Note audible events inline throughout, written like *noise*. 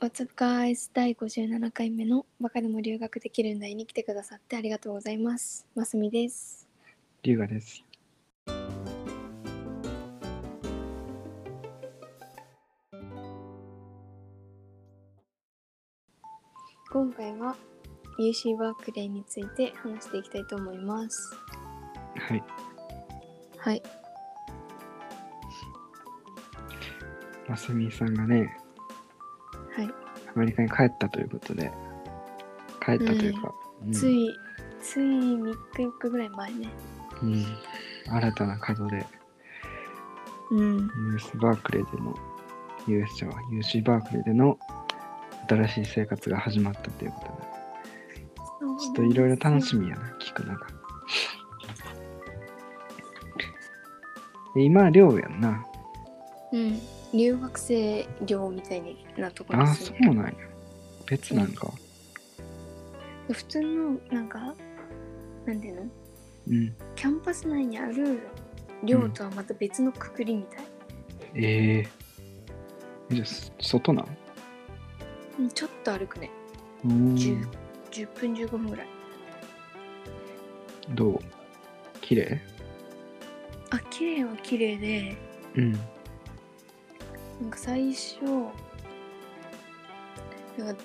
おつかいす第57回目のバカでも留学できるんだいに来てくださってありがとうございます。ますみです。龍河です。今回は UC バークレーについて話していきたいと思います。はい。はい。ますみさんがね、はい。アメリカに帰ったということで、帰ったというか、うんつい、つい3日4日ぐらい前ね。うん新たな門で、うん。 US バークレーでの、US じゃあ UC バークレーでの新しい生活が始まったということで、ちょっといろいろ楽しみやな、聞くのが。で今は寮やんな。み。うん。留学生寮みたいなところあにあ、住そんでうなんや。別なんか。普通の、なんか、なんていうのうん。キャンパス内にある寮とはまた別のくくりみたい。ええじゃあ、そ外なんうん、ちょっと歩くね。うーん10 10分15分ぐらいどう綺麗あ綺麗は綺麗でうん。なんか最初なんか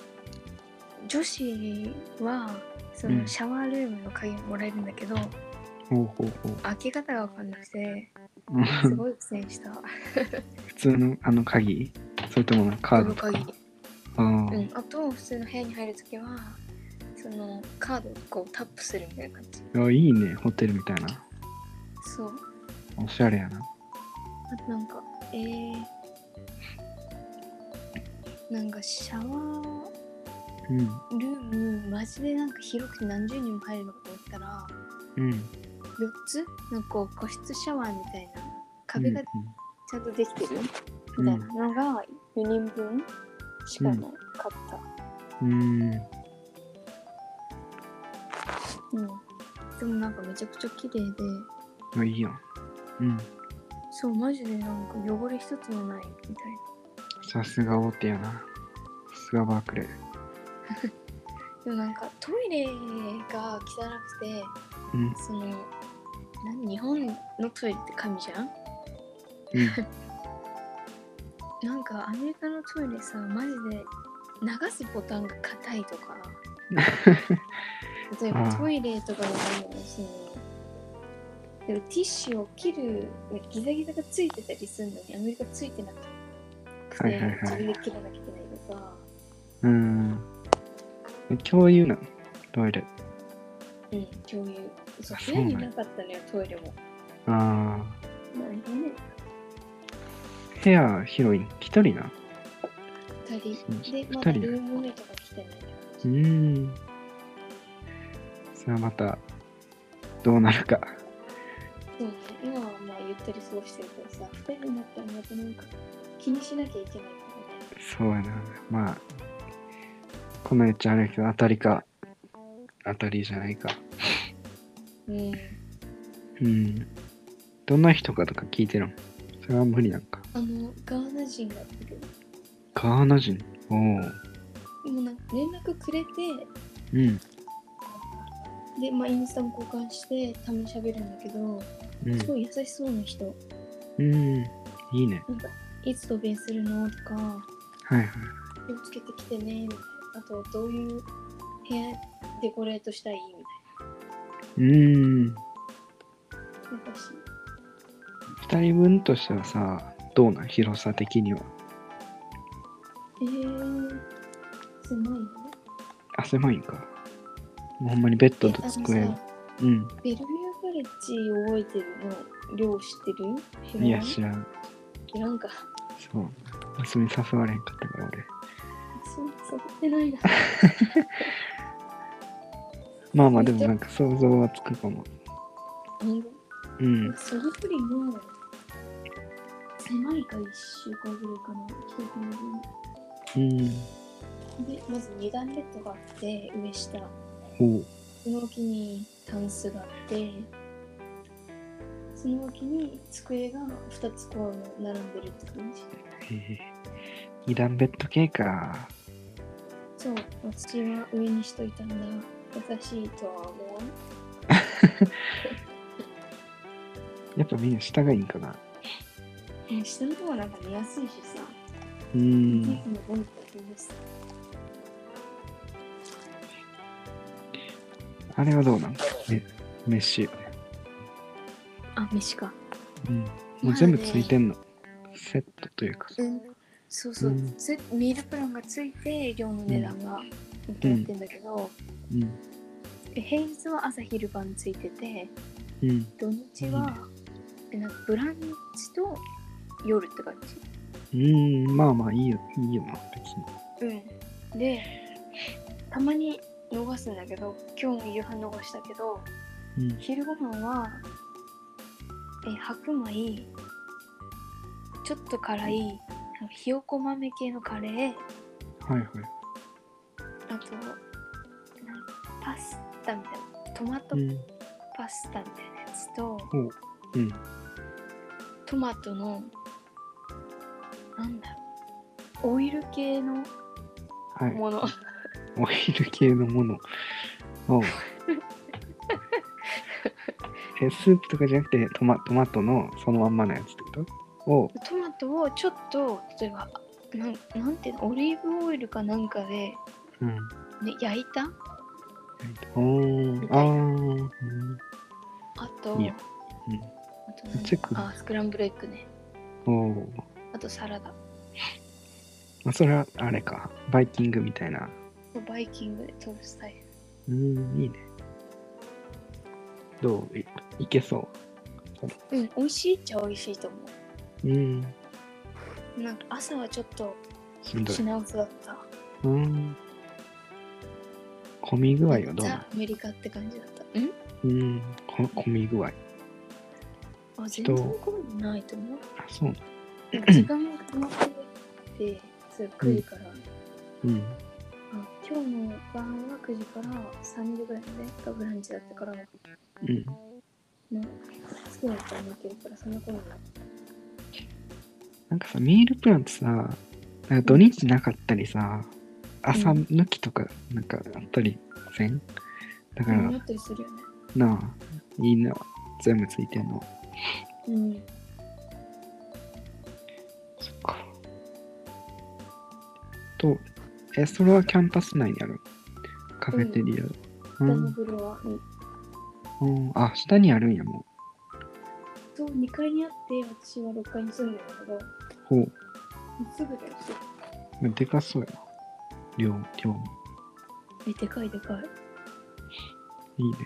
女子はそうのんシャワールームの鍵もらえるんだけど、ほうほうほう。開け方が分かんなくてうんすごい苦戦した *laughs* 普通のあの鍵それともこカードのとか鍵、ああ、うん、あと普通の部屋に入るときはそのカードをこうタップするみたいな感じあいいね、ホテルみたいな。そうおしゃれやな。あとなんかえー、なんかシャワーうん。ルームマジでなんか広くて何十人も入るのかと思ったらうん。 4つなんかこう個室シャワーみたいな壁がちゃんとできてる、うんみたいなのが4人分しかなかっうん。うんた、うんでもなんかめちゃくちゃ綺麗であいいやん。うん。そうマジでなんか汚れ一つもないみたいさすが大手やな。さすがバークレー。なでもなんかトイレが汚くてうん。そのなん日本のトイレって神じゃんうん、なんかアメリカのトイレさマジで流すボタンが硬いと *laughs* か例えばああトイレとかでもそのでもティッシュを切るギザギザがついてたりするのにアメリカついてなくて、はいはいはい自分で切らなきゃいけないとか、うん。え共有なんトイレ。うん、共有そうあ部屋にそなうなんやかったのよトイレもああ。なんでね部屋広いん。一人な。 2人で二まだ人ルームメイトが来てないのようん。さあまた、どうなるか。そうね、今はまあゆったり過ごしてるけどさ、二人になったらまたなんか気にしなきゃいけないかそうやな。まあ、この言っちゃあれやけど、当たりか、当たりじゃないか。らね。うん。どんな人かとか聞いてるのそれは無理なんか。うん。あの、ガーナ人がいる。ガーナ人おお。もうなんか連絡くれて、うん。で、まあインスタも交換して、たまに喋るんだけど、うすん。ごい優しそうな人。うん。いいね。なんか、いつ渡米するのとか、はいはい。気をつけてきてね、みたいな。あと、どういう部屋デコレートしたいみうん。たいな。優しい。二人分としてはさ、どうなん広さ的には。えー、狭いね。あ、狭いんか。もうほんまにベッドとえあ机の。さうん。ベルビューヴィレッジ覚えてるの量知ってるいや、知らん。知らんか。そう。遊びに誘われへんかったから、俺。そう、そうってない *laughs* な。まあまあ、でもなんか想像はつくかも。あの、うん。そのプリも、狭いか一週間ぐらいかな、一つのうん。分。で、まず二段ベッドがあって、上下。ほう。その脇にタンスがあって、その脇に机が二つこう並んでるって感じ。へえ二段ベッド系か。そう、私は上にしといたんだ。優しいとは思わん。やっぱみんな下がいいんかな。えー下の方はなんか見やすいしさ、ういつん。もボンって見ます。あれはどうなんだろうね。メッシよね。あ、飯か。うん。もう全部ついてんの。セットというかさ。うん、そうそう、うんつミールプランがついて量の値段がいくなってんだけど、うん。え平日は朝昼晩ついててうん。土日は、えなんかブランチと夜って感うん。まあまあいいよ。いいよな、別に。じ、うん、でたまに逃すんだけど今日夕飯逃したけどうん。昼ご飯はえ白米ちょっと辛いあのひよこ豆系のカレーはいはい。あとなんパスタみたいなトマトうん。パスタみたいなやつとほう。うん。トマトのなんだろうオイル系のはい。ものオイル系のものをえスープとかじゃなくてトマトマトのそのまんまのやつってことをトマトをちょっと例えばなんなんていうのオリーブオイルかなんかで、ね、うん焼いたおーあーうんあといいよあと何チェックあスクランブルエッグねおーあとサラダまあそれはあれかバイキングみたいなバイキングでトースタイルうんいいねどういいけそうん美味しいっちゃ美味しいと思ううんうなんか朝はちょっとしんどい品薄だったうん混み具合はどうなザ・アメリカって感じだった。んのうんこ混み具合ああ、全人然混んでないと *clears throat* 思う。そうなんか時間が止まってて、そう9時から、うんあ。今日の晩は9時から3時ぐらいまでがブランチだったから、うんまあ、好きな時間に行けるから、そんなことない。なんかさ、ミールプランってさ、なんか土日なかったりさ、朝抜きとかなんかあったりせんだから、なったりするよね。なあ、いいな、全部ついてんの。うん。そっか。と、え、それはキャンパス内にあるカフェテリア。下うのん。フロアに。うんあ、下にあるんや、もそう、2階にあって、私は6階に住んでるんだけど、う。ほう。すぐだよ。でかそうやな。量、量も。え、でかいでかい。いいね。